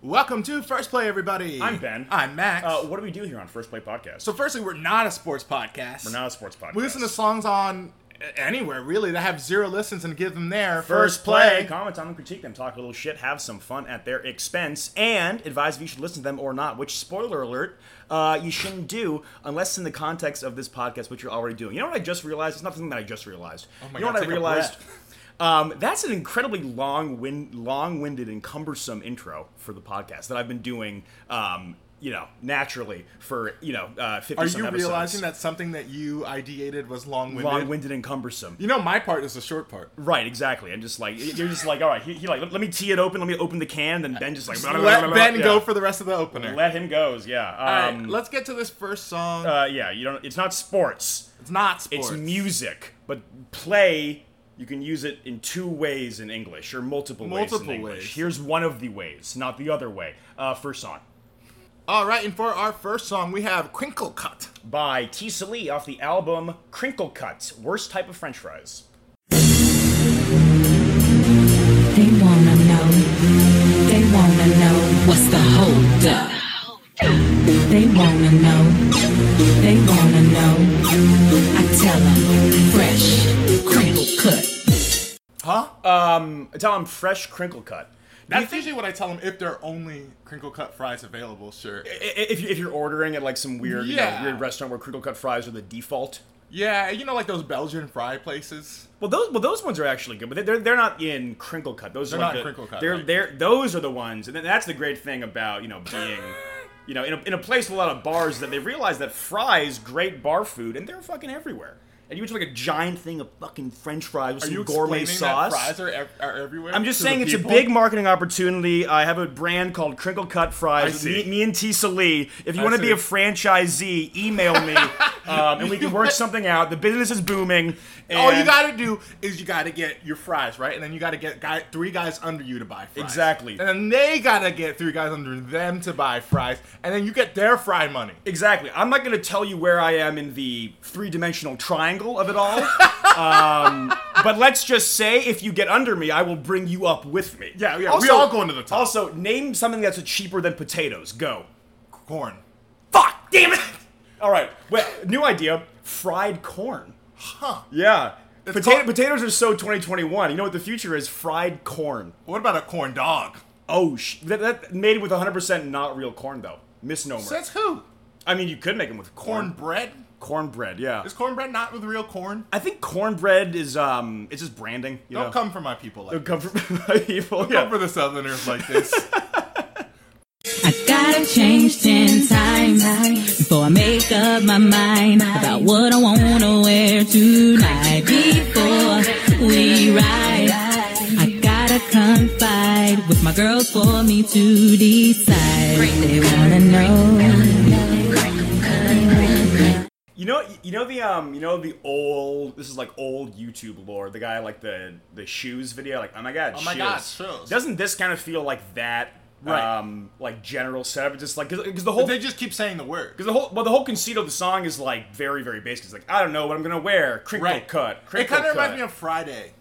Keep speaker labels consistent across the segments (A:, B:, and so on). A: Welcome to First Play, everybody.
B: I'm Ben.
A: I'm Max.
B: Uh, what do we do here on First Play Podcast?
A: so, firstly, we're not a sports podcast.
B: We're not a sports podcast.
A: We listen to songs on a- anywhere really that have zero listens and give them their
B: First Play. Comment on them, critique them, talk a little shit, have some fun at their expense, and advise if you should listen to them or not. Which, spoiler alert, uh, you shouldn't do unless in the context of this podcast, which you're already doing. You know what I just realized? It's not something that I just realized.
A: Oh my
B: you know
A: God,
B: what
A: take
B: I
A: a
B: realized? Um, that's an incredibly long, win- long-winded and cumbersome intro for the podcast that I've been doing. Um, you know, naturally for you know, uh, fifty.
A: Are
B: some
A: you
B: episodes.
A: realizing that something that you ideated was long-winded?
B: long-winded and cumbersome?
A: You know, my part is the short part.
B: Right, exactly. And just like you're just like, all right, he, he like let, let me tee it open, let me open the can, then Ben just like blah, blah, blah,
A: Let
B: blah,
A: Ben
B: yeah.
A: go for the rest of the opener.
B: let him goes. Yeah,
A: All right,
B: um,
A: let's get to this first song.
B: uh, yeah. You don't. It's not sports.
A: it's not sports.
B: It's music, but play. You can use it in two ways in English or multiple, ways
A: Multiple
B: in English.
A: ways.
B: Here's one of the ways, not the other way. Uh, first song
A: All right, and for our first song, we have Crinkle Cut.
B: by Tisa Lee off the album Crinkle Cut. Worst type of French fries.
C: They wanna know. They wanna know what's the hold up. They wanna know. They wanna know. I tell 'em fresh, crinkle cut.
A: Huh?
B: Uh, I tell him fresh crinkle cut.
A: That's usually what I tell them if there are only crinkle cut fries available. Sure.
B: I- I- If, you- if you're ordering at like some weird, you
A: Yeah.
B: know, weird restaurant where crinkle cut fries are the default.
A: Yeah, you know, like those Belgian fry places.
B: Well, those well those ones are actually good, but they're they're not in crinkle cut. Those
A: They're
B: are like
A: not
B: the,
A: crinkle cut,
B: They're
A: right.
B: they're those are the ones, and then that's the great thing about you know being. You know, in a, in a place with a lot of bars, is that they realize that fries, great bar food, and they're fucking everywhere. And you eat like a giant thing of fucking French fries with
A: Are
B: some
A: you
B: gourmet
A: explaining
B: sauce.
A: That fries are, ev- are everywhere.
B: I'm just
A: to
B: saying
A: the
B: it's a
A: people?
B: big marketing opportunity. I have a brand called Crinkle Cut Fries.
A: I see.
B: Me, me and Tisa Lee. If you
A: I
B: want to
A: see.
B: be a franchisee, email me, um, and we can work something out. The business is booming. And
A: All Oh, you gotta do is you gotta get your fries right, and then you gotta get guy, three guys under you to buy fries.
B: Exactly.
A: And then they gotta get three guys under them to buy fries, and then you get their fry money.
B: Exactly. I'm not going to tell you where I am in the three dimensional triangle of it all. um, but let's just say if you get under me, I will bring you up with me.
A: Yeah, yeah, we all going to the top.
B: Also, name something that's cheaper than potatoes. Go.
A: Corn.
B: Fuck! Damn it! All right. Well, new idea fried corn.
A: Huh.
B: Yeah.
A: It's
B: Potato,
A: called-
B: potatoes are so 2021. You know what the future is? Fried corn.
A: What about a corn dog?
B: Oh, sh- that, that made with 100% not real corn, though. Misnomer.
A: Says who?
B: I mean, you could make them with corn.
A: Cornbread?
B: Cornbread, yeah.
A: Is cornbread not with real corn?
B: I think cornbread is um, it's just branding. You
A: Don't
B: know?
A: come for my people like
B: Don't come from my people.
A: Don't
B: yeah.
A: come for the Southerners like this.
C: I gotta change ten times before I make up my mind about what I wanna wear tonight. Before we ride, I gotta confide with my girls for me to decide. They wanna know.
B: You know, you know the um, you know the old. This is like old YouTube lore. The guy like the the shoes video. Like, oh my god,
A: Oh my
B: shoes.
A: God, shoes.
B: Doesn't this kind of feel like that?
A: Right.
B: Um, like general setup. It's just like because the whole
A: they just keep saying the word.
B: Because the whole well, the whole conceit of the song is like very, very basic. It's like I don't know what I'm gonna wear. Crinkle cut.
A: It
B: Crinkle
A: kind of
B: cut.
A: reminds me of Friday.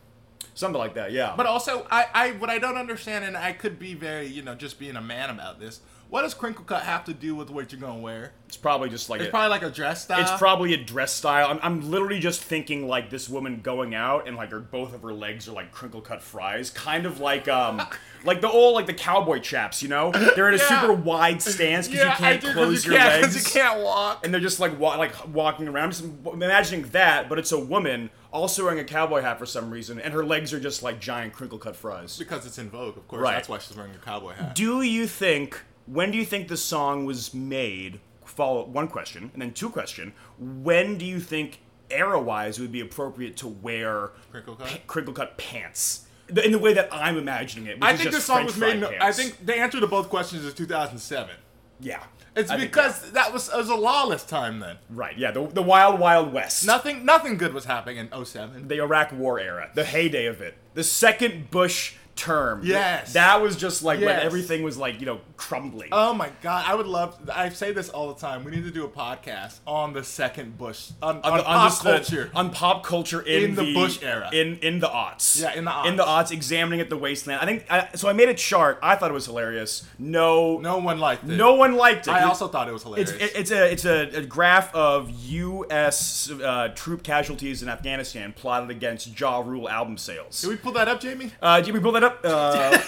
B: something like that. Yeah.
A: But also, I, I what I don't understand, and I could be very, you know, just being a man about this. What does crinkle cut have to do with what you're gonna wear?
B: it's probably just like
A: It's
B: a,
A: probably like a dress style.
B: it's probably a dress style. I'm, I'm literally just thinking like this woman going out and like her both of her legs are like crinkle cut fries, kind of like um like the old like the cowboy chaps. You know, they're in a
A: Yeah.
B: super wide stance because
A: yeah,
B: you can't
A: I do, 'cause
B: close
A: you
B: your
A: can't, 'cause
B: legs.
A: You can't walk.
B: and they're just like wa- like walking around. Just imagining that, but it's a woman also wearing a cowboy hat for some reason, and her legs are just like giant crinkle cut fries.
A: because it's in vogue, of course.
B: Right.
A: That's why she's wearing a cowboy hat.
B: Do you think when do you think the song was made? Follow one question and then two question. When do you think era wise it would be appropriate to wear
A: Crinkle cut?
B: pa- crinkle cut pants? The- In the way that I'm imagining it. which
A: I
B: is
A: think
B: just
A: this song
B: French
A: was made. In,
B: fry
A: I
B: pants.
A: think the answer to both questions is 2007.
B: yeah.
A: It's
B: I think,
A: because
B: yeah.
A: that was it was a lawless time then.
B: right, yeah, the, the wild wild west.
A: Nothing oh nothing good was happening in 07.
B: the Iraq War era, the heyday of it, the second Bush term.
A: Yes.
B: That was just like when
A: Yes.
B: everything was like, you know, crumbling.
A: Oh my god, I would love. I say this all the time. We need to do a podcast on the second Bush on, on,
B: the-
A: pop
B: just the-
A: culture.
B: on pop culture in,
A: In the Bush era.
B: in in the aughts,
A: Yeah, in the
B: in the
A: aughts.
B: aughts, examining at the wasteland. I think I, so. I made a chart. I thought it was hilarious. No,
A: no one liked it.
B: no one liked it.
A: I also thought it was hilarious.
B: It's, it- it's a it's a, a graph of U.S. Uh, troop casualties in Afghanistan plotted against Ja Rule album sales.
A: Did we pull that up, Jamie?
B: Uh, did we pull that up? Uh,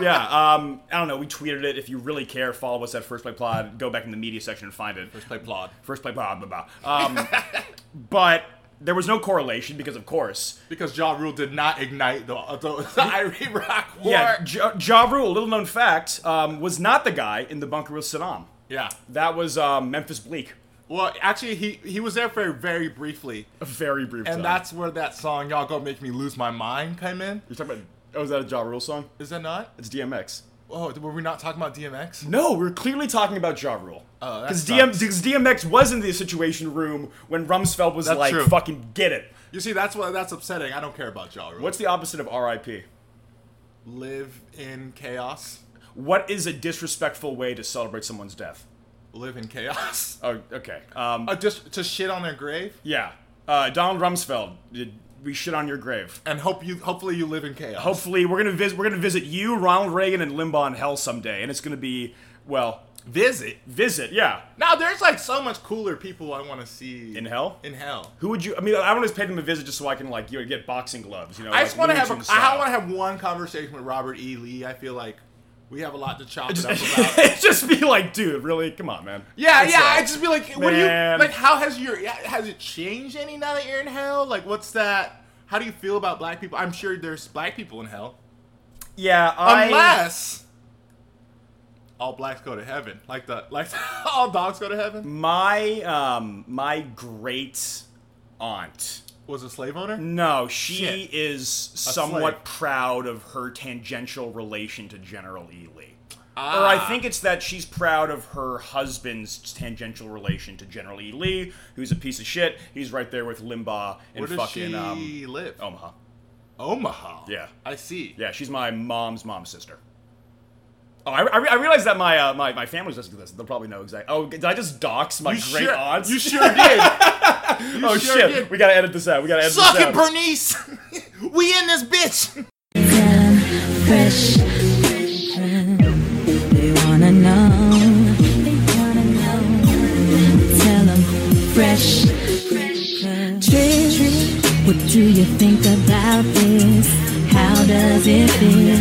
B: yeah. Um, I don't know. We tweeted it. If you really care, follow us at First Play Plod. Go back in the media section and find it.
A: Let's play plod.
B: First play, blah, blah, blah. Um, but there was no correlation because, of course.
A: Because Ja Rule did not ignite the, the, the Iraq war.
B: Yeah, ja, ja Rule, little known fact, um, was not the guy in the bunker with Saddam.
A: Yeah.
B: That was um, Memphis Bleak.
A: Well, actually, he he was there for very briefly,
B: A very brief
A: and
B: time.
A: that's where that song "Y'all Go Make Me Lose My Mind" came in.
B: You're talking about. Oh, is that a Ja Rule song?
A: Is that not?
B: It's DMX.
A: Oh, were we not talking about DMX?
B: No, we're clearly talking about Ja Rule.
A: Oh, that
B: Because
A: sucks.
B: DMX was in the Situation Room when Rumsfeld was
A: That's
B: like,
A: true.
B: fucking get it.
A: You see, that's why that's upsetting. I don't care about Ja Rule.
B: What's the opposite of RIP?
A: live in chaos?
B: What is a disrespectful way to celebrate someone's death?
A: Live in chaos.
B: Oh, okay. Um,
A: Uh, just to shit on their grave
B: Yeah. Uh, Donald Rumsfeld, did we shit on your grave.
A: and hope you. Hopefully, you live in chaos.
B: Hopefully, we're gonna visit. We're gonna visit you, Ronald Reagan, and Limbaugh in hell someday, and it's gonna be well,
A: visit.
B: visit. Yeah.
A: Now there's like so much cooler people I want to see
B: In hell?
A: In hell.
B: Who would you? I mean, I want to pay them a visit just so I can like you know, get boxing gloves. You know.
A: I just want to have. A, I want to
B: to
A: have one conversation with Robert E. Lee. I feel like we have a lot to chop it up about.
B: have. just be like, dude, really? Come on, man.
A: Yeah,
B: It's,
A: yeah.
B: uh,
A: I just be like, what do you
B: Man.
A: like? How has your yeah, has it changed any now that you're in hell? Like, what's that? How do you feel about black people? I'm sure there's black people in hell,
B: yeah. I,
A: unless all blacks go to heaven, like the like all dogs go to heaven.
B: my um my great aunt.
A: Was a slave owner?
B: No, she
A: Shit.
B: is somewhat
A: slave.
B: proud of her tangential relation to General E. Lee. Or
A: Ah.
B: I think it's that she's proud of her husband's tangential relation to General E. Lee, who's a piece of shit. He's right there with Limbaugh and
A: Where does
B: fucking
A: she
B: um,
A: live?
B: Omaha.
A: oh, Omaha.
B: Yeah.
A: I see.
B: Yeah, she's my mom's mom's sister. Oh, I, I, re- I realize that my, uh, my my family's listening to this. They'll probably know exactly. Oh, did I just dox my
A: You
B: great
A: sure,
B: aunts?
A: You sure did. You
B: oh
A: sure
B: shit!
A: did.
B: We gotta edit this out. We gotta edit
A: Suck
B: this out.
A: it, Bernice. we in this bitch.
C: fresh. They wanna know. They wanna know. Tell 'em fresh. Trish, what do you think about this? How does it feel?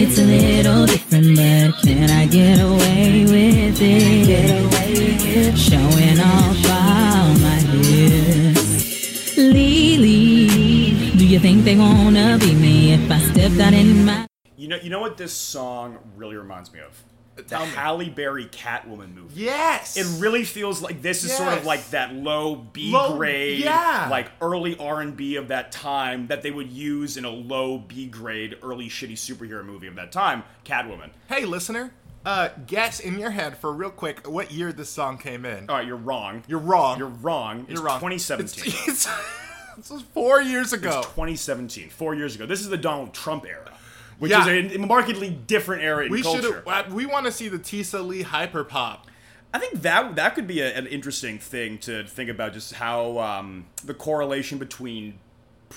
C: It's a little different, but can I get away with it? Showing off all my years. Lily, do you think they wanna be me if I stepped out in my
B: You know, you know what this song really reminds me of?
A: Tell
B: the
A: me.
B: Halle Berry Catwoman movie.
A: Yes.
B: It really feels like this is sort of
A: Yes.
B: like that low B
A: Low-
B: grade,
A: yeah.
B: like early R and B of that time that they would use in a low B grade, early shitty superhero movie of that time, Catwoman.
A: Hey, listener, uh, guess in your head for real quick what year this song came in.
B: All right, you're wrong.
A: You're wrong.
B: Oh, You're wrong. It's
A: You're wrong.
B: 2017.
A: It's- it's- this was four years ago.
B: 2017, four years ago. This is the Donald Trump era, which
A: Yeah.
B: is a markedly different era in
A: we
B: culture.
A: should. We want to see the Tisa Lee hyper pop.
B: I think that that could be a, an interesting thing to think about, just how um, the correlation between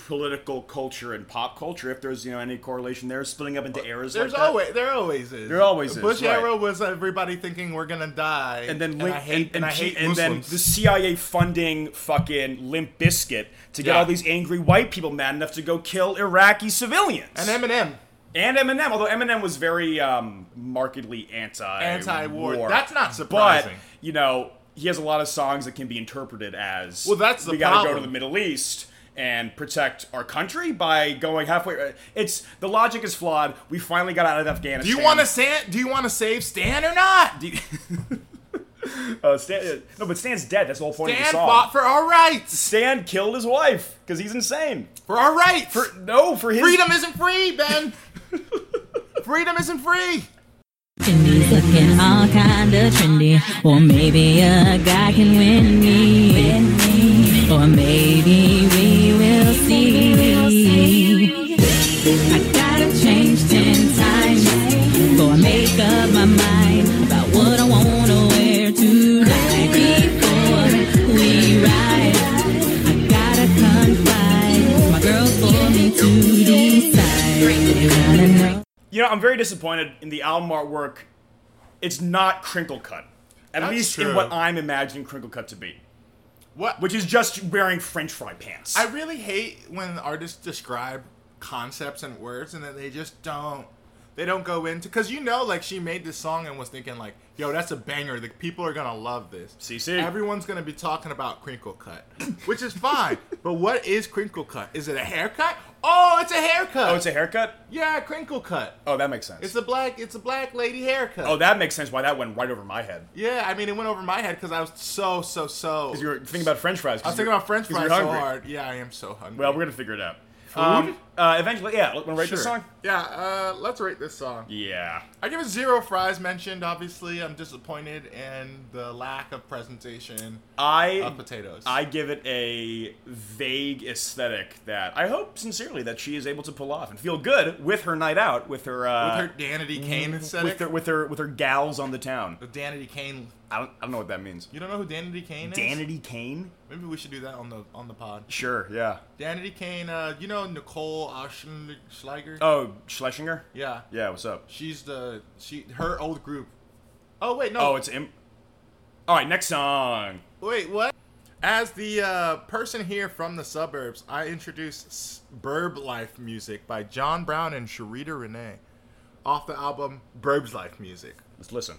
B: political culture and pop culture, if there's you know any correlation there, splitting up into eras.
A: There's
B: like that.
A: always there always is.
B: There always is,
A: Bush
B: right.
A: era was everybody thinking we're gonna die,
B: and then Link,
A: I hate
B: and, and,
A: I
B: G-
A: hate
B: and then
A: Muslims.
B: the CIA funding fucking Limp Biscuit to get
A: Yeah.
B: all these angry white people mad enough to go kill Iraqi civilians
A: and Eminem
B: and Eminem, although Eminem was very um, markedly anti
A: Anti-war. That's not surprising.
B: But you know, he has a lot of songs that can be interpreted as
A: Well, that's the
B: we gotta go to
A: problem.
B: the Middle East and protect our country by going halfway. uh, It's the logic is flawed. We finally got out of
A: Do
B: Afghanistan.
A: you want to sa- Do you want to save Stan or not?
B: Do you- uh, Stan, uh, no, but Stan's dead. That's the whole point of the
A: Stan
B: song.
A: fought for our rights.
B: Stan killed his wife because he's insane.
A: For our rights.
B: For no, for his
A: Freedom isn't free, Ben. Freedom isn't free.
C: And he's looking all kinda trendy. Or maybe a guy can win me. Or maybe we will see. I gotta change my mind about what I wanna wear tonight. Before we ride, I gotta confide. My girl for me to decide. I know.
B: You know, I'm very disappointed in the album artwork. It's not crinkle cut, at
A: That's
B: least in
A: true.
B: what I'm imagining crinkle cut to be,
A: What?
B: which is just wearing French fry pants.
A: I really hate when artists describe concepts and words and then they just don't they don't go into because you know like she made this song and was thinking like yo that's a banger the people are gonna love this
B: CC.
A: everyone's gonna be talking about crinkle cut which is fine but what is crinkle cut is it a haircut oh it's a haircut
B: oh, it's a haircut.
A: yeah crinkle cut
B: Oh, that makes sense.
A: it's a black it's a black lady haircut
B: oh, that makes sense. Why that went right over my head?
A: yeah I mean it went over my head because I was so so so
B: Because you were thinking about French fries.
A: I was thinking about French fries so
B: hungry.
A: hard yeah I am so hungry
B: Well, we're gonna figure it out. Um, uh, eventually, yeah. Want to write this
A: Sure.
B: song?
A: Yeah, uh, let's rate this song.
B: Yeah.
A: I give it zero fries mentioned, obviously. I'm disappointed in the lack of presentation
B: I
A: of potatoes.
B: I give it a vague aesthetic that I hope sincerely that she is able to pull off and feel good with her night out with her uh, mm,
A: with her Danity Kane
B: with
A: aesthetic.
B: her with her with her gals on the town.
A: the Danity Kane.
B: I don't, I don't know what that means.
A: You don't know who Danity Kane is?
B: Danity Kane?
A: Maybe we should do that on the on the pod.
B: Sure, yeah.
A: Danity Kane. Uh, you know Nicole Schleiger?
B: Oh, Schlesinger?
A: yeah.
B: Yeah, what's up?
A: She's the she her old group. Oh wait, no.
B: Oh, it's Im. All right, next song.
A: Wait, what? As the uh, person here from the suburbs, I introduce S- Burb Life Music by John Brown and Sharita Renee off the album Burbs Life Music.
B: Let's listen.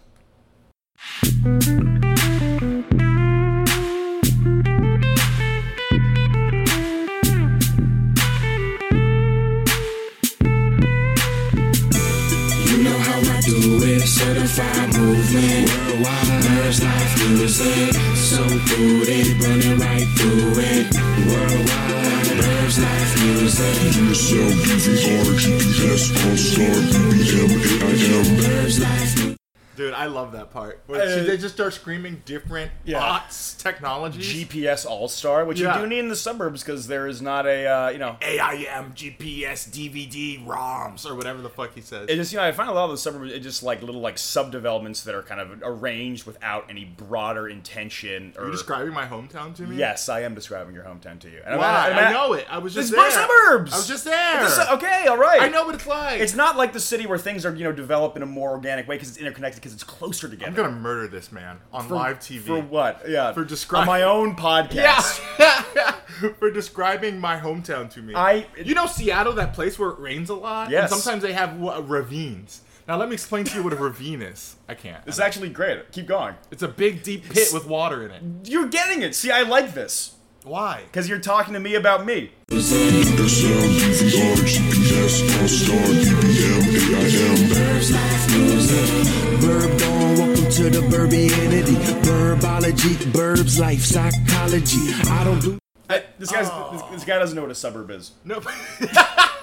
D: You know how I do it. Certified movement. Worldwide. Birds life music. So booted. Running right through it. Worldwide. Birds life music.
E: Yourself, DVR, GPS, All Star, BBM, AIM.
D: Birds life music.
A: Dude, I love that part. Where she-
B: Uh,
A: they just start screaming different
B: yeah.
A: bots, technologies.
B: GPS All Star, which
A: Yeah.
B: you do need in the suburbs because there is not a, uh, you know.
A: AIM, GPS, DVD, ROMs, or whatever the fuck he says.
B: It just, you know, I find a lot of the suburbs, it just like little like subdevelopments that are kind of arranged without any broader intention or.
A: Are you describing my hometown to me?
B: Yes, I am describing your hometown to you. And I'm
A: Why?
B: not-
A: I,
B: I'm not-
A: know it. I was just
B: It's
A: there.
B: my suburbs.
A: I was just there.
B: It's a su- okay, all right.
A: I know what it's like.
B: It's not like the city where things are, you know, develop in a more organic way because it's interconnected because it's closer together.
A: I'm gonna murder this man on
B: For-
A: live TV.
B: For what? Yeah.
A: For describing-
B: On my own podcast.
A: Yeah. For describing my hometown to me.
B: I-
A: you know Seattle, that place where it rains a lot?
B: Yes.
A: And sometimes they have wa- ravines. Now let me explain to you what a ravine is. I can't.
B: It's actually great. Keep going.
A: It's a big deep pit with water in it.
B: You're getting it. See, I like this
A: Why?
B: because you're talking to me about me.
E: Yourself, DVR, GPS, All Star, BBM, AIM.
D: Birds life music. Verb on, welcome to the Burbianity. Verbology, Burbs life, psychology. I don't do.
B: I- this guy's this, this guy doesn't know what a suburb is.
A: Oh.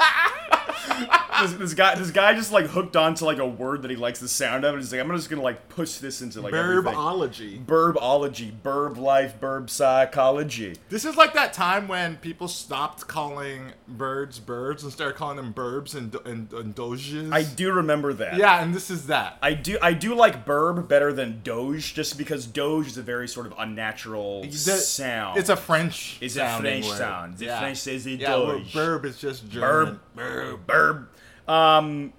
A: No.
B: This, this guy this guy just like hooked on to like a word that he likes the sound of, and he's like, I'm just gonna like push this into like everything.
A: Verbology.
B: Burbology, burb life, burb psychology.
A: This is like that time when people stopped calling birds birds and started calling them burbs and, and, and doges.
B: I do remember that.
A: Yeah, and this is that.
B: I do I do like burb better than doge just because doge is a very sort of unnatural
A: The-
B: sound.
A: It's a French.
B: It's a
A: sounding
B: French
A: word.
B: sound. The French says it
A: Yeah, where
B: doge.
A: burb is just German.
B: burb burb burb. Um,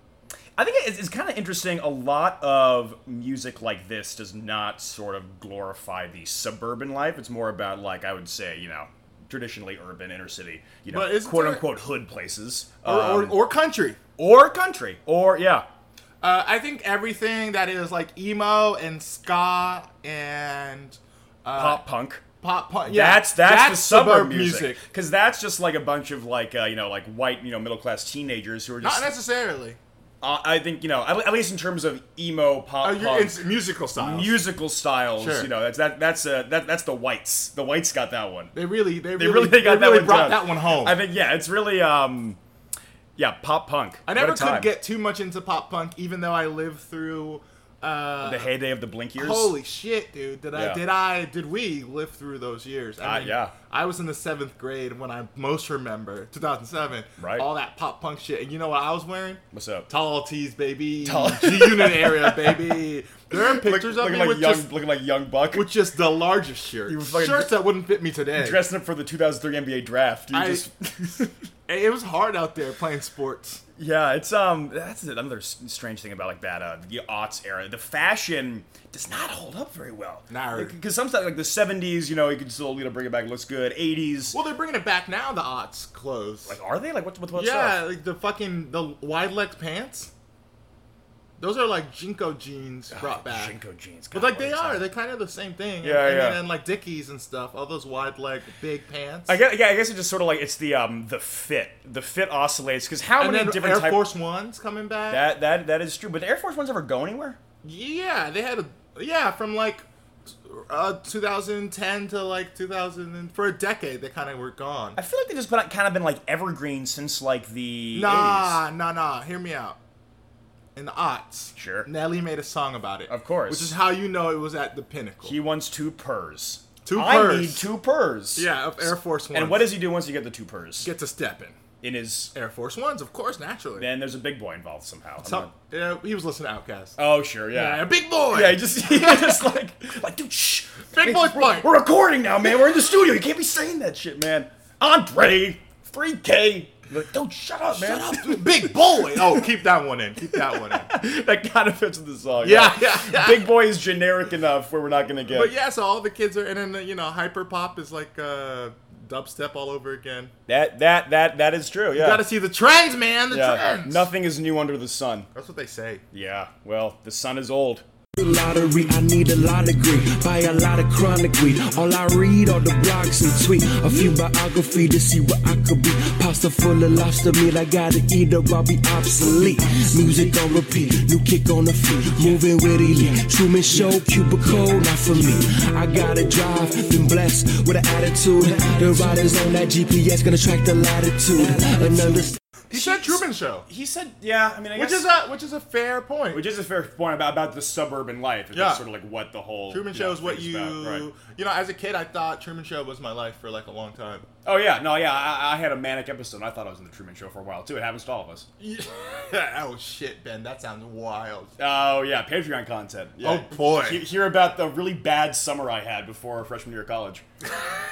B: I think it's, it's kind of interesting. A lot of music like this does not sort of glorify the suburban life. It's more about like I would say you know traditionally urban inner city you know
A: But isn't
B: quote
A: there-
B: unquote hood places
A: Or,
B: um,
A: or, or country.
B: or country or yeah
A: Uh, I think everything that is like emo and ska and uh,
B: pop punk.
A: pop punk. Yeah,
B: that's that's, the suburb music because that's just like a bunch of like uh, you know like white you know middle class teenagers who are
A: Not
B: just.
A: necessarily.
B: uh, I think you know at, at least in terms of emo pop
A: Uh, you're,
B: punk
A: it's musical styles.
B: musical styles.
A: Sure.
B: You know that's that that's uh, that that's the whites. The whites got that one.
A: They really, they,
B: They
A: really,
B: really, got
A: they really
B: that one.
A: brought
B: down.
A: that one home.
B: I think yeah, it's really um, yeah, pop punk.
A: I
B: What
A: never
B: a time.
A: could get too much into pop punk, even though I lived through
B: the heyday of the blink years.
A: Holy shit, dude! Did I
B: Yeah.
A: did I did we live through those years? I
B: Ah, yeah.
A: I was in the seventh grade when I most remember 2007.
B: Right.
A: All that pop punk shit, and you know what I was wearing?
B: What's up?
A: Tall tees, baby.
B: Tall-
A: G Unit area, baby. There are pictures
B: Look-
A: of
B: looking
A: me
B: like
A: with
B: young,
A: just
B: looking like young buck,
A: with just the largest shirts,
B: You were fucking
A: shirts
B: dre-
A: that wouldn't fit me today.
B: dressing up for the 2003 NBA draft. You
A: I-
B: just,
A: It was hard out there playing sports.
B: yeah, it's um, that's another s- strange thing about like that uh, the aughts era. The fashion does not hold up very well.
A: Nah.
B: because sometimes like the 70s, you know, you can still you know bring it back, it looks good. 80s,
A: Well, they're bringing it back now. The aughts clothes.
B: like are they like what what what's
A: yeah,
B: up?
A: like the fucking the wide leg pants. Those are like Jinko jeans brought back.
B: Shinko jeans,
A: But
B: God,
A: like
B: what
A: they
B: is
A: are,
B: that?
A: they're kind of the same thing.
B: Yeah,
A: and,
B: yeah.
A: And then like Dickies and stuff, all those wide leg big pants.
B: I guess, yeah, I guess it just sort of like it's the um the fit. The fit oscillates because how
A: and
B: many
A: then
B: different
A: Air
B: types?
A: Force Ones coming back.
B: That that that is true. But the Air Force Ones ever go anywhere?
A: yeah, they had a yeah from like uh, 2010 to like 2000 and, for a decade they kind of were gone.
B: I feel like they just been kind of been like evergreen since like the
A: Nah, nah, nah. Hear me out. In the aughts,
B: Sure.
A: Nelly made a song about it.
B: Of course.
A: which is how you know it was at the pinnacle.
B: 80s. He wants two purrs.
A: Two
B: I
A: purrs.
B: need two purrs.
A: Yeah, of Air Force Ones.
B: And what does he do once you get the two purs?
A: get to stepping?
B: in his
A: Air Force Ones, of course, naturally.
B: then there's a big boy involved somehow. I'm
A: Some-
B: not-
A: yeah, he was listening to Outkast.
B: oh sure, yeah.
A: yeah, big boy.
B: Yeah, he just he just like like dude, shh.
A: Big boy's point.
B: We're recording now, man. We're in the studio. You can't be saying that shit, man. Andre, 3K. Like, don't shut up, man.
A: Shut up, big boy. Oh, keep that one in. Keep that one in.
B: that kind of fits with the song.
A: Yeah, yeah, yeah.
B: Big boy is generic enough where we're not gonna get.
A: But yeah, so all the kids are, and then you know, hyper pop is like uh, dubstep all over again.
B: That that that that is true. Yeah.
A: Got to see the trends, man. The
B: yeah.
A: trends.
B: Nothing is new under the sun.
A: That's what they say.
B: Yeah. Well, the sun is old.
D: Lottery, I need a law degree. Buy a lot of chronic weed. All I read are the blogs and tweet. A few biography to see what I could be. Pasta full of lobster meat. I gotta eat or I'll be obsolete. Music on repeat. New kick on the feet. Moving with elite. Truman Show, cubicle, not for me. I gotta drive. Been blessed with an attitude. The riders on that GPS gonna track the latitude and understand.
A: He said Truman Show,
B: He said, "Yeah, I mean, I
A: which
B: guess,
A: is a which is a fair point.
B: which is a fair point about, about the suburban life. It's
A: Yeah.
B: sort of like what the whole
A: Truman
B: you
A: Show
B: know,
A: is what
B: thing's
A: you
B: about, right.
A: you know. As a kid, I thought Truman Show was my life for like a long time.
B: Oh yeah, no, yeah. I, I had a manic episode. and I thought I was in the Truman Show for a while too. It happens to all of us.
A: oh shit, Ben, that sounds wild.
B: Oh yeah, Patreon content. Yeah.
A: Oh, boy.
B: He- hear about the really bad summer I had before freshman year of college.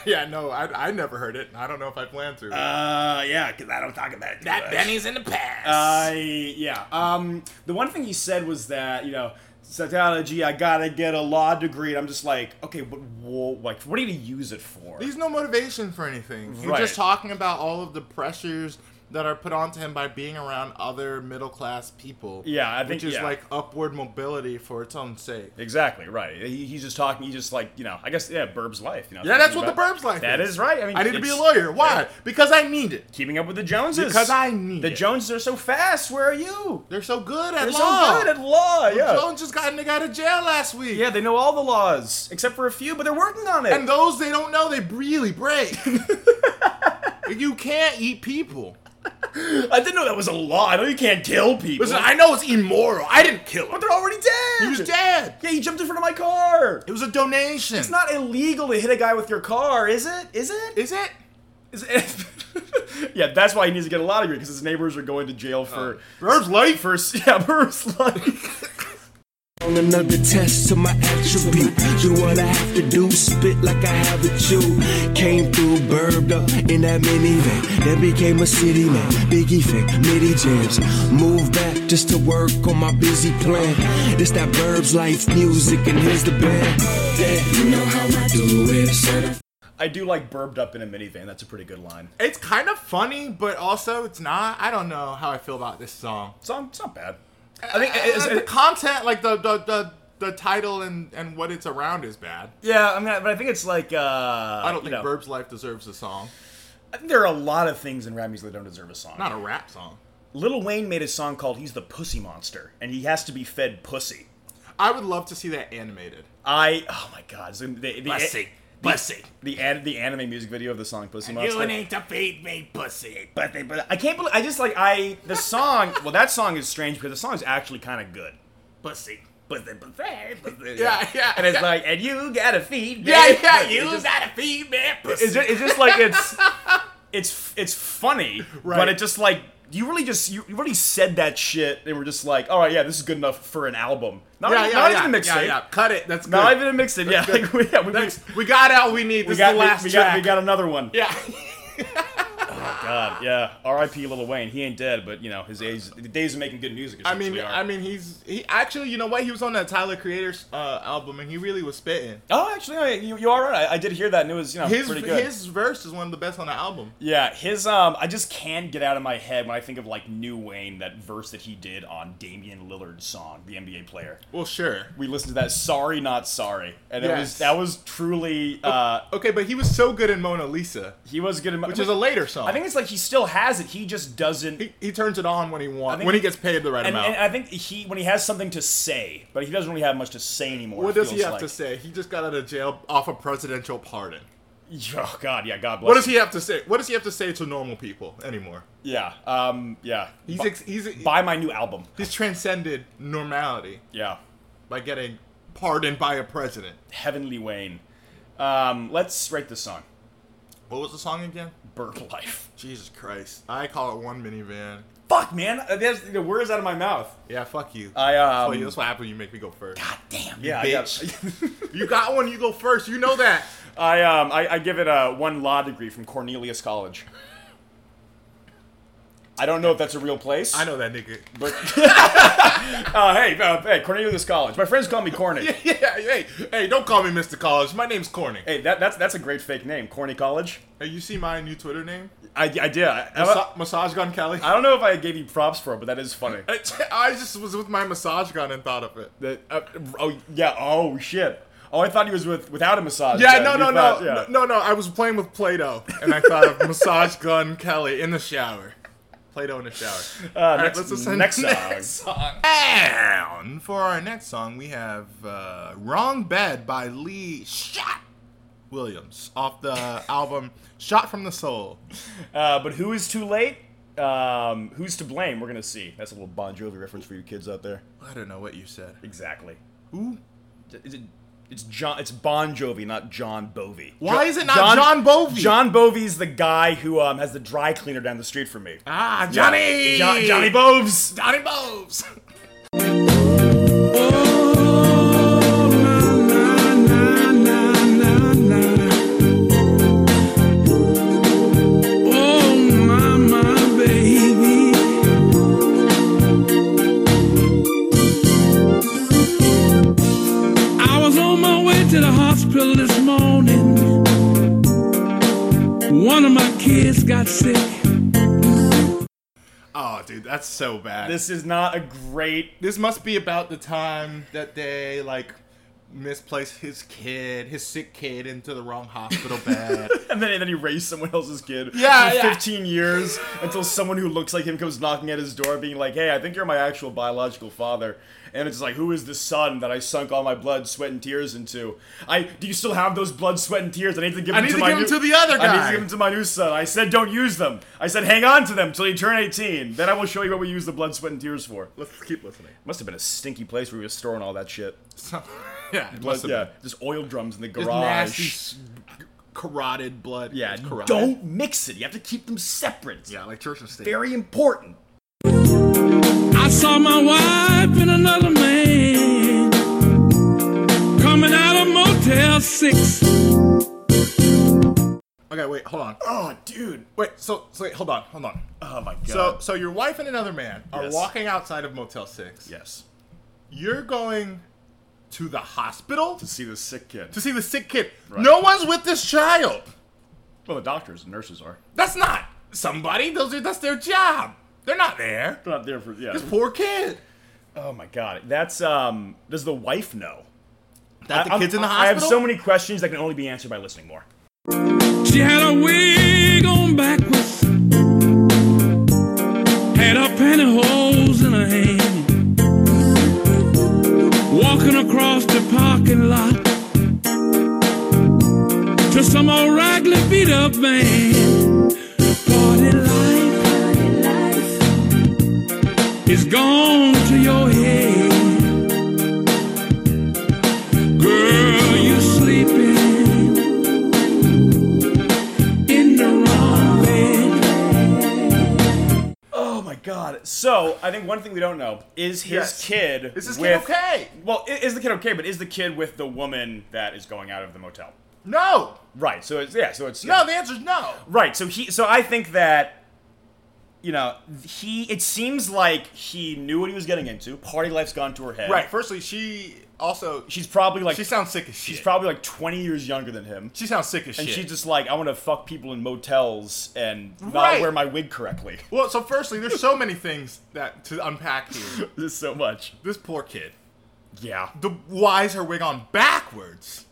A: Yeah, no, I, I never heard it. and I don't know if I plan to.
B: Uh, yeah, because I don't talk about it. That
A: in the past.
B: I yeah. Um, the one thing he said was that you know psychology. I gotta get a law degree. And I'm just like, okay, but wha- like, what are you gonna use it for?
A: He's no motivation for anything. He's
B: Right.
A: just talking about all of the pressures that are put onto him by being around other middle class people.
B: Yeah, I think-
A: which is
B: yeah.
A: like upward mobility for its own sake.
B: Exactly right. He, he's just talking. He's just like you know. I guess yeah, Burb's life. You know.
A: Yeah, that's
B: thinking
A: what the
B: about-
A: burbs like.
B: That is right. I mean,
A: I need to be a
B: it's-
A: lawyer. Why? Because I need it.
B: Keeping up with the Joneses.
A: Because I need
B: the
A: it.
B: Joneses are so fast. Where are you?
A: They're so good at
B: They're
A: law.
B: so good at law. Yeah.
A: Jones just got a nigga out of jail last week.
B: Yeah, they know all the laws except for a few, but they're working on it.
A: And those they don't know, they really break. you can't eat people.
B: I didn't know that was a law. I know you can't kill people.
A: Listen, I know it's immoral. I didn't kill him.
B: but they're already dead.
A: He was dead.
B: Yeah, you jumped in front of my car.
A: It was a donation.
B: It's not illegal to hit a guy with your car, is it? Is it?
A: Is it?
B: Is it? yeah, that's why he needs to get a lot of because his neighbors are going to jail for
A: Bird's life.
B: for yeah, Burb's life.
D: On another test to my attribute. Do what I have to do, spit like I have a chew. Came through, burbed up in that minivan. Then became a city man, biggie fan, midi jams. Moved back just to work on my busy plan. This that burbs life music, and here's the band. Yeah, you know how I do it.
B: I do like burbed up in a minivan. That's a pretty good line.
A: It's kind of funny, but also it's not. I don't know how I feel about this song.
B: It's not, it's not bad. I think it's-
A: Uh, the content, like the the, the, the title and, and what it's around, is bad.
B: yeah, I mean, but I think it's like uh,
A: I don't think
B: know,
A: Burb's Life deserves a song.
B: I think there are a lot of things in rap music that don't deserve a song.
A: Not a rap song.
B: Lil Wayne made a song called "He's the Pussy Monster," and he has to be fed pussy.
A: I would love to see that animated.
B: I oh my god, so the, the,
F: Pussy.
B: the,
F: Pussy.
B: the, an- the anime music video of the song "Pussy
F: You
B: Monster."
F: need to feed me pussy.
B: but they, but I can't believe I just like I the song. well, that song is strange because the song is actually kind of good.
F: Pussy.
B: pussy, pussy, pussy.
A: Yeah, yeah,
B: And it's
A: yeah.
B: like, and you gotta feed me.
A: Yeah, yeah,
B: It's
A: you
B: just-
A: gotta feed me pussy.
B: It's just, it's just like it's it's it's funny,
A: Right.
B: but it just like you really just you you really said that shit and we're just like, all right, yeah, this is good enough for an album. Not,
A: yeah, yeah,
B: not
A: yeah,
B: even a mixtape.
A: yeah, yeah. Cut it. That's good.
B: Not even a mixtape. Yeah,
A: good.
B: like, we- yeah, we, we,
A: Next, we got out. We need. This
B: we got
A: is the last
B: we, we got
A: track.
B: we got another one.
A: yeah.
B: God, yeah. R.I.P. Lil Wayne. He ain't dead, but you know his age, the days of making good music. Is
A: I mean,
B: are.
A: I mean, he's he actually. You know what? He was on that Tyler Creator's uh, album, and he really was spitting.
B: oh, actually, no, you, you are right. I, I did hear that, and it was you know
A: His
B: pretty good.
A: his verse is one of the best on the album.
B: Yeah, his um, I just can't get out of my head when I think of like New Wayne that verse that he did on Damian Lillard's song, the NBA player.
A: Well, sure.
B: We listened to that "Sorry Not Sorry," and it was
A: Yes.
B: that was truly uh,
A: Okay, but he was so good in Mona Lisa,
B: he was good. In my,
A: which is a later song.
B: I think it's like he still has it. He just doesn't.
A: he, he turns it on when he wants
B: think
A: when he
B: he-
A: gets paid the right
B: and,
A: amount.
B: and uh, I think he when he has something to say, but he doesn't really have much to say anymore.
A: what
B: it
A: does he
B: feels
A: have
B: like.
A: to say? He just got out of jail off a presidential pardon.
B: Oh God, yeah, God bless.
A: What does he have to say? What does he have to say to normal people anymore?
B: Yeah, um, yeah.
A: He's
B: Bu-
A: ex- he's
B: buy my new album.
A: he's transcended normality
B: Yeah,
A: by getting pardoned by a president.
B: Heavenly Wayne. Um, let's rate this song.
A: What was the song again?
B: Burp Life.
A: Jesus Christ! I call it one minivan.
B: Fuck, man. Uh, There's the words out of my mouth.
A: Yeah, fuck you.
B: I um.
A: Fuck you. That's what happens when you make me go first.
B: damn. Yeah, I, got,
A: You got one, you go first. You know that.
B: I um. I, I give it a one law degree from Cornelius College. I don't know if that's a real place.
A: I know that nigga.
B: But uh, hey, uh, hey, Cornelius College. My friends call me Corny.
A: Yeah, hey, hey, don't call me Mr. College. My name's Corny. Hey,
B: Hey, that, that's that's a great fake name, Corny College.
A: you see my new Twitter name?
B: I, I did. I, I-
A: Massa- massage Gun Kelly.
B: I don't know if I gave you props for it, but that is funny.
A: I just was with my massage gun and thought of it.
B: That- uh, oh yeah. Oh shit. Oh, I thought he was with without a massage.
A: Yeah, no,
B: you
A: no,
B: thought-
A: no,
B: yeah.
A: no, no, no. I was playing with Play-Doh, and I thought of massage gun Kelly in the shower. Play-Doh in the shower.
B: Uh,
A: All right,
B: next,
A: let's listen
B: next
A: to
B: song.
A: And for our next song, we have uh, Wrong Bed by Lee Shot Williams off the album Shot from the Soul.
B: Uh, but who is too late? Um, who's to blame? We're gonna see. That's a little Bon Jovi reference for you kids out there.
A: I don't know what you said.
B: Exactly.
A: Who?
B: Is it- It's John. It's Bon Jovi, not John Bovey.
A: Why is it not John Bovey?
B: John Bovey's the guy who um, has the dry cleaner down the street from me.
A: Ah,
B: Yeah.
A: Johnny!
B: Jo- Johnny Boves.
A: Johnny Boves!
D: Oh my my baby I was on my way to the hospital this morning One of my kids got sick
A: Oh, dude, that's so bad. This,
B: This is not a great.
A: this must be about the time that they, like, misplaced his kid, his sick kid, into the wrong hospital bed.
B: And then, and then he raised someone else's kid
A: Yeah,
B: for
A: yeah.
B: 15 years until someone who looks like him comes knocking at his door being like, hey, I think you're my actual biological father. And it's like, who is the son that I sunk all my blood, sweat, and tears into? I Do you still have those blood, sweat, and tears? I need to give
A: I
B: them
A: need
B: to
A: to
B: my
A: give
B: new,
A: them to the other
B: I need
A: guy."
B: to give them to my new son. I said, don't use them. I said, hang on to them till you turn 18. Then I will show you what we use the blood, sweat, and tears for.
A: Let's keep listening.
B: Must have been a stinky place where we were storing all that shit.
A: yeah, it must
B: Blood,
A: have
B: yeah,
A: been.
B: just oil drums in the
A: Just
B: garage.
A: nasty, s- carotid blood.
B: Yeah,
A: It's carotid.
B: don't mix it. You have to keep them separate.
A: Yeah, like church and state.
B: Very important.
D: I saw my wife and another man coming out of Motel 6.
A: Okay, wait, hold on.
B: Oh, dude.
A: Wait, so, so wait, hold on, hold on.
B: Oh my god.
A: So, so your wife and another man are
B: Yes.
A: walking outside of Motel Six.
B: yes,
A: You're going to the hospital
B: to see the sick kid.
A: to see the sick kid.
B: Right.
A: No one's with this child.
B: well, the doctors and nurses are.
A: That's not somebody. Those are that's their job. They're not there.
B: They're not there for yeah.
A: This poor kid.
B: Oh my god. That's um. Does the wife know?
A: That the
B: I'm-
A: kids in the
B: I
A: hospital.
B: have so many questions that can only be answered by listening more.
D: She had a wig on backwards, had her pantyhose in her hand, walking across the parking lot to some old raggedy beat up man. Party life, is gone to your head.
A: Oh
B: So I think one thing we don't know is his
A: Yes.
B: kid.
A: Is this kid
B: with,
A: okay?
B: Well, i- is the kid okay? But is the kid with the woman that is going out of the motel?
A: No,
B: Right. So it's yeah. So it's
A: no. The answer's no.
B: Right. So he. So I think that, you know, he. It seems like he knew what he was getting into. Party life's gone to her head.
A: Right. Firstly, she also she,
B: She's probably like.
A: sounds sick as shit.
B: She's probably like 20 years younger than him.
A: she sounds sick as
B: And
A: shit.
B: she's just like, I want to fuck people in motels and not
A: Right.
B: wear my wig correctly.
A: well. So firstly, there's so many things that to unpack here.
B: This is so much.
A: This poor kid.
B: Yeah.
A: The why is her wig on backwards?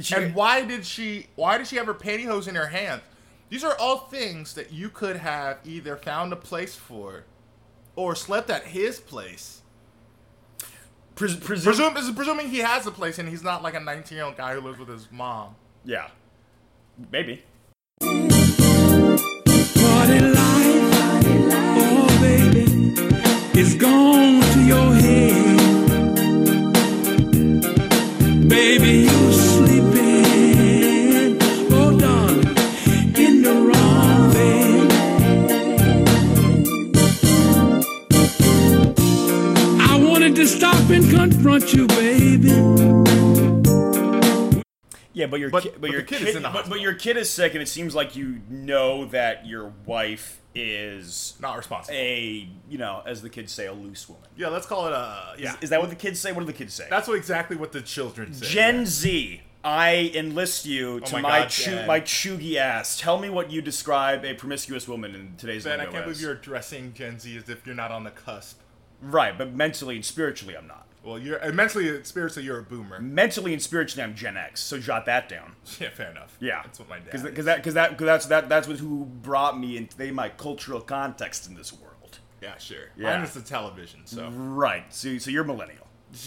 B: She-
A: and why did she? Why did she have her pantyhose in her hands? These are all things that you could have either found a place for, or slept at his place.
B: pres- presume-
A: Presume, is presuming he has a place and he's not like a 19 year old guy who lives with his mom.
B: Yeah. Maybe.
D: Party life, oh baby, it's gone to your head. Baby, you're sleeping, oh darling, in the wrong bed. I wanted to stop and confront you, baby.
B: Yeah, but your
A: But-
B: ki- but,
A: but
B: your
A: the kid is in the
B: but, but
A: hospital.
B: your kid is sick, and it seems like you know that your wife is
A: Not responsible.
B: a you know, as the kids say, a loose woman.
A: Yeah, let's call it a. Yeah.
B: Is that what the kids say? What do the kids say?
A: That's what exactly what the children say.
B: Gen
A: yeah. Oh
B: Z. I enlist you to
A: my
B: my
A: God,
B: chu-
A: Dad.
B: my chuggy ass. Tell me what you describe a promiscuous woman in today's
A: Ben, I
B: lingo
A: can't believe
B: as.
A: you're addressing Gen Z as if you're not on the cusp.
B: right, but mentally and spiritually, I'm not.
A: Well, you're and mentally, and spiritually, you're a boomer.
B: Mentally and spiritually, I'm Gen X. So jot that down.
A: Yeah, fair enough.
B: Mm-hmm. Yeah,
A: that's what my dad.
B: Because
A: is.
B: that because that because that's that that's what who brought me into they- my cultural context in this world.
A: yeah, sure.
B: Yeah.
A: Mine is the television, so
B: Right. So so you're millennial.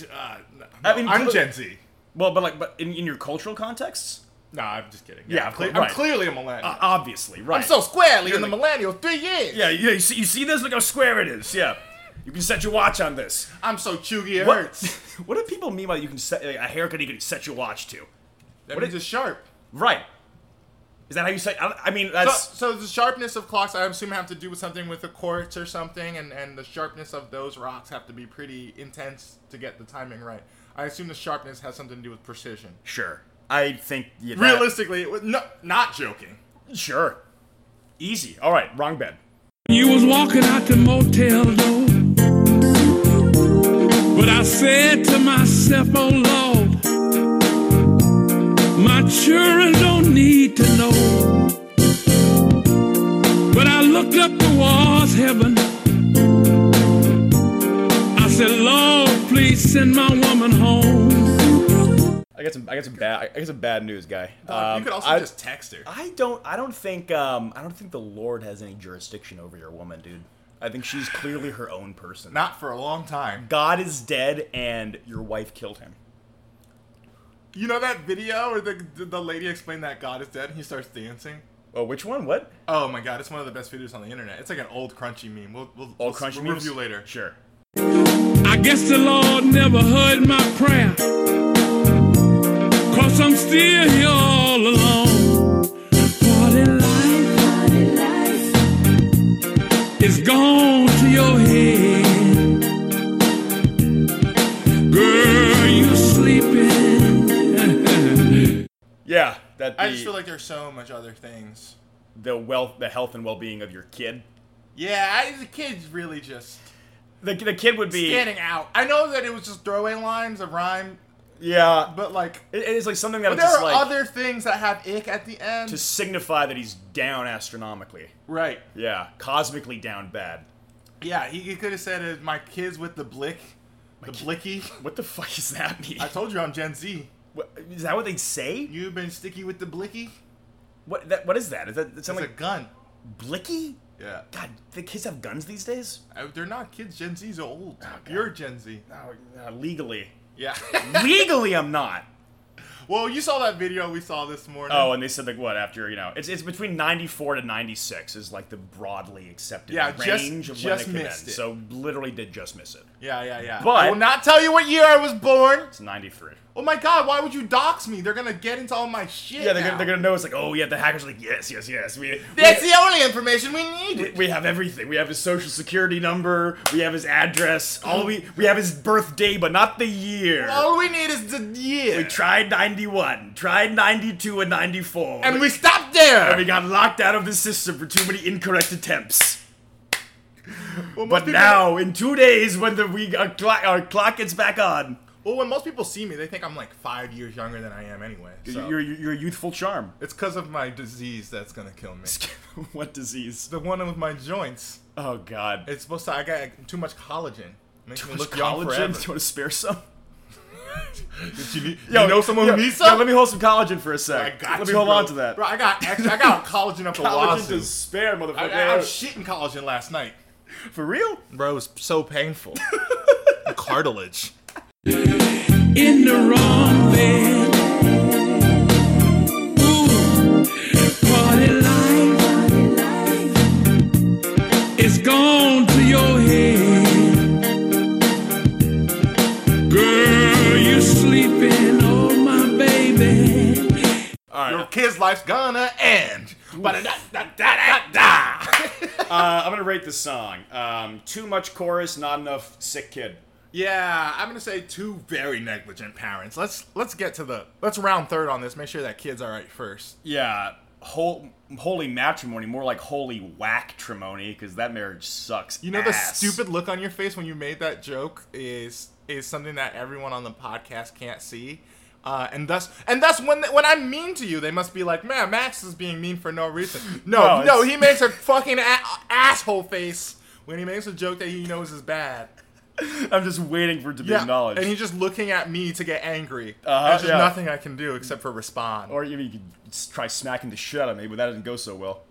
A: uh, no,
B: I mean,
A: I'm
B: cl-
A: Gen Z.
B: Well, but like but in, in your cultural contexts,
A: No, I'm just kidding.
B: Yeah,
A: I'm,
B: of course,
A: I'm
B: right.
A: clearly a millennial.
B: uh, obviously, right.
A: I'm so squarely in the
B: clearly.
A: millennial three years.
B: yeah yeah. You see, you see this? Look how square it is. Yeah. You can set your watch on this.
A: I'm so chuggy it hurts.
B: what do people mean by you can set like, a haircut? You can set your watch to.
A: That
B: What
A: means
B: is-
A: it's sharp.
B: Right. Is that how you say? I, I mean, that's
A: So, so the sharpness of clocks, I assume, have to do with something with the quartz or something, and, and the sharpness of those rocks have to be pretty intense to get the timing right. I assume the sharpness has something to do with precision.
B: sure. I think yeah, that-
A: Realistically, it would- no, not joking.
B: Sure. Easy. All right. Wrong bed.
D: You was walking out the motel door. But I said to myself, oh Lord, my children don't need to know. But I looked up towards heaven. I said, Lord, please send my woman home.
B: I got some. I got some bad. I got some bad news, guy.
A: Dog,
B: Um,
A: Uh, you could also
B: I,
A: just text her.
B: I don't. I don't think. Um, I don't think the Lord has any jurisdiction over your woman, dude. I think she's clearly her own person.
A: Not for a long time.
B: God is dead, and your wife killed him.
A: You know that video where the the lady explained that God is dead and he starts dancing?
B: Oh, which one? What?
A: Oh my god, it's one of the best videos on the internet. It's like an old crunchy meme. We'll, we'll,
B: All
A: we'll,
B: crunchy
A: we'll
B: memes?
A: review later.
B: Sure.
D: I guess the Lord never heard my prayer. Cause I'm still here all alone. Party life is gone to your head. Girl, you're sleeping.
B: Yeah. That the,
A: I just feel like there's so much other things.
B: the wealth, the health, and well-being of your kid.
A: Yeah, I, the kid's really just.
B: The, the kid would be.
A: standing out. I know that it was just throwaway lines of rhyme,
B: Yeah.
A: but like
B: It, it is like something that
A: but
B: it's
A: there
B: just
A: are
B: like
A: other things that have ick at the end.
B: to signify that he's down astronomically.
A: right.
B: Yeah. Cosmically down bad.
A: Yeah, he, he could have said it, my kids with the blick, the blicky.
B: What the fuck does that mean?
A: I told you I'm Gen Z.
B: What- Is that what they say?
A: You've been sticky with the blicky.
B: What that? What is that? Is that that
A: It's
B: sound
A: a
B: like
A: gun.
B: Blicky?
A: Yeah.
B: God, the kids have guns these days.
A: Uh, They're not kids. Gen Z's are old. You're Gen Z.
B: Oh, uh, legally,
A: Yeah.
B: legally, I'm not.
A: well, you saw that video we saw this morning.
B: Oh, and they said like what after you know it's it's between 94 to 96 is like the broadly accepted
A: Yeah, just-
B: range of when
A: just
B: it can
A: missed
B: end.
A: it.
B: So literally did just miss it.
A: Yeah, yeah, yeah.
B: But-
A: I will not tell you what year I was born.
B: It's 93.
A: Oh my god, why would you dox me? They're gonna get into all my shit.
B: Yeah, they're gonna,
A: now.
B: they're gonna know it's like, oh yeah, the hackers are like, yes, yes, yes. We,
A: That's the only information we
B: we,
A: needed.
B: we have everything. We have his social security number. We have his address. All we we have his birthday, but not the year.
A: All we need is the year.
B: We tried 91, tried 92 and 94,
A: and we stopped there.
B: and we got locked out of the system for too many incorrect attempts.
A: Well, most
B: But
A: people-
B: now, in two days, when the we our clock, our clock gets back on,
A: well, when most people see me, they think I'm like five years younger than I am anyway. So.
B: your, your your youthful charm.
A: it's because of my disease that's gonna kill me.
B: what disease?
A: The one with my joints.
B: Oh God!
A: It's supposed to. I got too much collagen. Makes me
B: Much
A: look young
B: collagen? Do you want
A: forever.
B: to spare some?
A: Did you, need, you know someone
B: yo,
A: who needs
B: yo,
A: some?
B: let me hold some collagen for a
A: I
B: sec.
A: got
B: let me
A: you,
B: hold
A: bro.
B: on to that.
A: Bro, I got extra, I got collagen up the
B: collagen
A: wazoo.
B: to spare, motherfucker.
A: I, I, I was shitting collagen last night.
B: for real?
A: Bro, it was so painful. Cartilage.
D: in the wrong bed. Ooh, party life is gone to your head. Girl, you sleeping on my baby.
A: Your kid's life's gonna end. Ba-da-da-da-da-da-da.
B: Uh, I'm gonna rate this song. Um, too much chorus, not enough sick kid.
A: yeah, I'm gonna say two very negligent parents. Let's let's get to the let's round third on this. Make sure that kid's all right first.
B: Yeah, hol- holy matrimony, more like holy whack trimony, because that marriage sucks.
A: You know
B: ass.
A: the stupid look on your face when you made that joke is is something that everyone on the podcast can't see. Uh, and thus, and thus, when when I'm mean to you, they must be like, "Man, Max is being mean for no reason." No,
B: No,
A: no,
B: it's-
A: he makes a fucking a- asshole face when he makes a joke that he knows is bad.
B: I'm just waiting for it to be acknowledged.
A: and he's just looking at me to get angry.
B: Uh-huh,
A: There's just
B: yeah.
A: nothing I can do except for respond.
B: or you, you could s- try smacking the shit out of me, but that didn't go so well.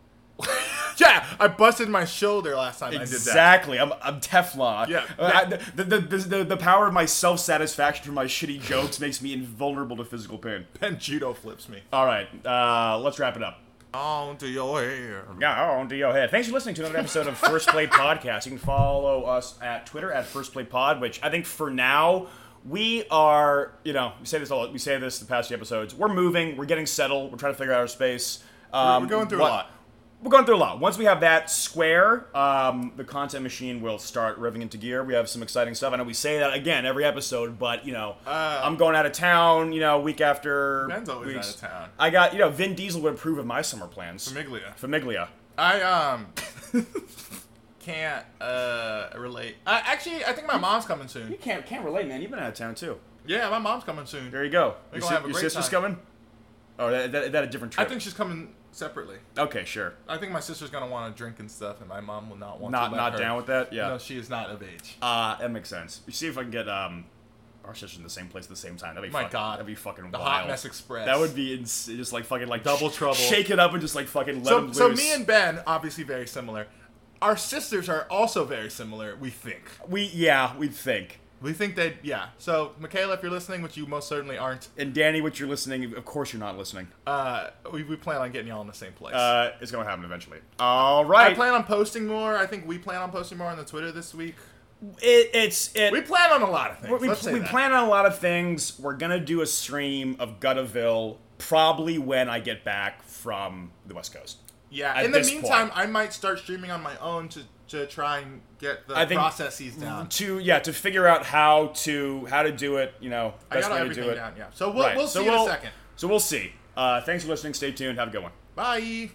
A: yeah, I busted my shoulder last time
B: Exactly. I'm, I'm Teflon.
A: Yeah.
B: Uh, I- the, the, the, the, the power of my self satisfaction for my shitty jokes makes me invulnerable to physical pain.
A: I did that. And judo flips me.
B: All right, uh, let's wrap it up.
A: On to your hair.
B: Yeah, on to your head. Thanks for listening to another episode of First Play Podcast. You can follow us at Twitter at First Play Pod, which I think for now we are, you know, we say this all, we say this the past few episodes. We're moving, we're getting settled, we're trying to figure out our space. Um,
A: We're going through
B: what-
A: a lot.
B: We're going through a lot. Once we have that square, um, the content machine will start revving into gear. We have some exciting stuff. I know we say that again every episode, but you know, I'm going out of town. You know, week after.
A: Uh, Ben's always
B: weeks.
A: out of town.
B: I got you know Vin Diesel would approve of my summer plans.
A: Famiglia.
B: Famiglia.
A: I um can't uh relate. I actually I think my mom's coming soon.
B: You can't can't relate, man. You've been out of town too.
A: Yeah, my mom's coming soon.
B: There you go.
A: We're
B: Your,
A: gonna
B: si-
A: have a
B: your
A: great
B: sister's
A: time.
B: coming. Oh, that, that, that a different
A: I
B: trip.
A: think she's coming separately.
B: okay, sure.
A: I think my sister's gonna want to drink and stuff, and my mom will not want
B: Not-
A: to. let
B: not
A: her.
B: down with that? Yeah.
A: No, she is not of age.
B: Uh, that makes sense. We see if I can get um, our sisters in the same place at the same time. That'd be
A: My
B: fuck-
A: God.
B: That'd be fucking
A: The
B: wild.
A: Hot Mess Express.
B: That would be ins- just like fucking like
A: Double
B: sh-
A: trouble.
B: Shake it up and just like fucking let
A: so.
B: them
A: So
B: loose.
A: me and Ben obviously very similar. Our sisters are also very similar. We think.
B: we yeah we think.
A: We think they. Yeah. So Michaela, if you're listening, which you most certainly aren't,
B: And Danny, what you're listening? Of course you're not listening.
A: uh, we, we plan on getting y'all in the same place.
B: Uh, it's gonna happen eventually. All
A: I
B: right.
A: plan on posting more. I think we plan on posting more on the Twitter this week.
B: it, it's it.
A: We plan on a lot of things.
B: we,
A: Let's say
B: we
A: that.
B: plan on a lot of things. We're gonna do a stream of Guttaville probably when I get back from the West Coast.
A: Yeah.
B: at
A: In the
B: this
A: meantime,
B: point.
A: I might start streaming on my own to to try and get the
B: I think-
A: processes down.
B: To yeah, to figure out how to how to do it. You know,
A: I
B: best
A: got
B: way to do
A: everything
B: it.
A: down. Yeah. So we'll
B: Right.
A: we'll
B: So
A: see in a second.
B: So we'll see. Uh, thanks for listening. Stay tuned. Have a good one.
A: Bye.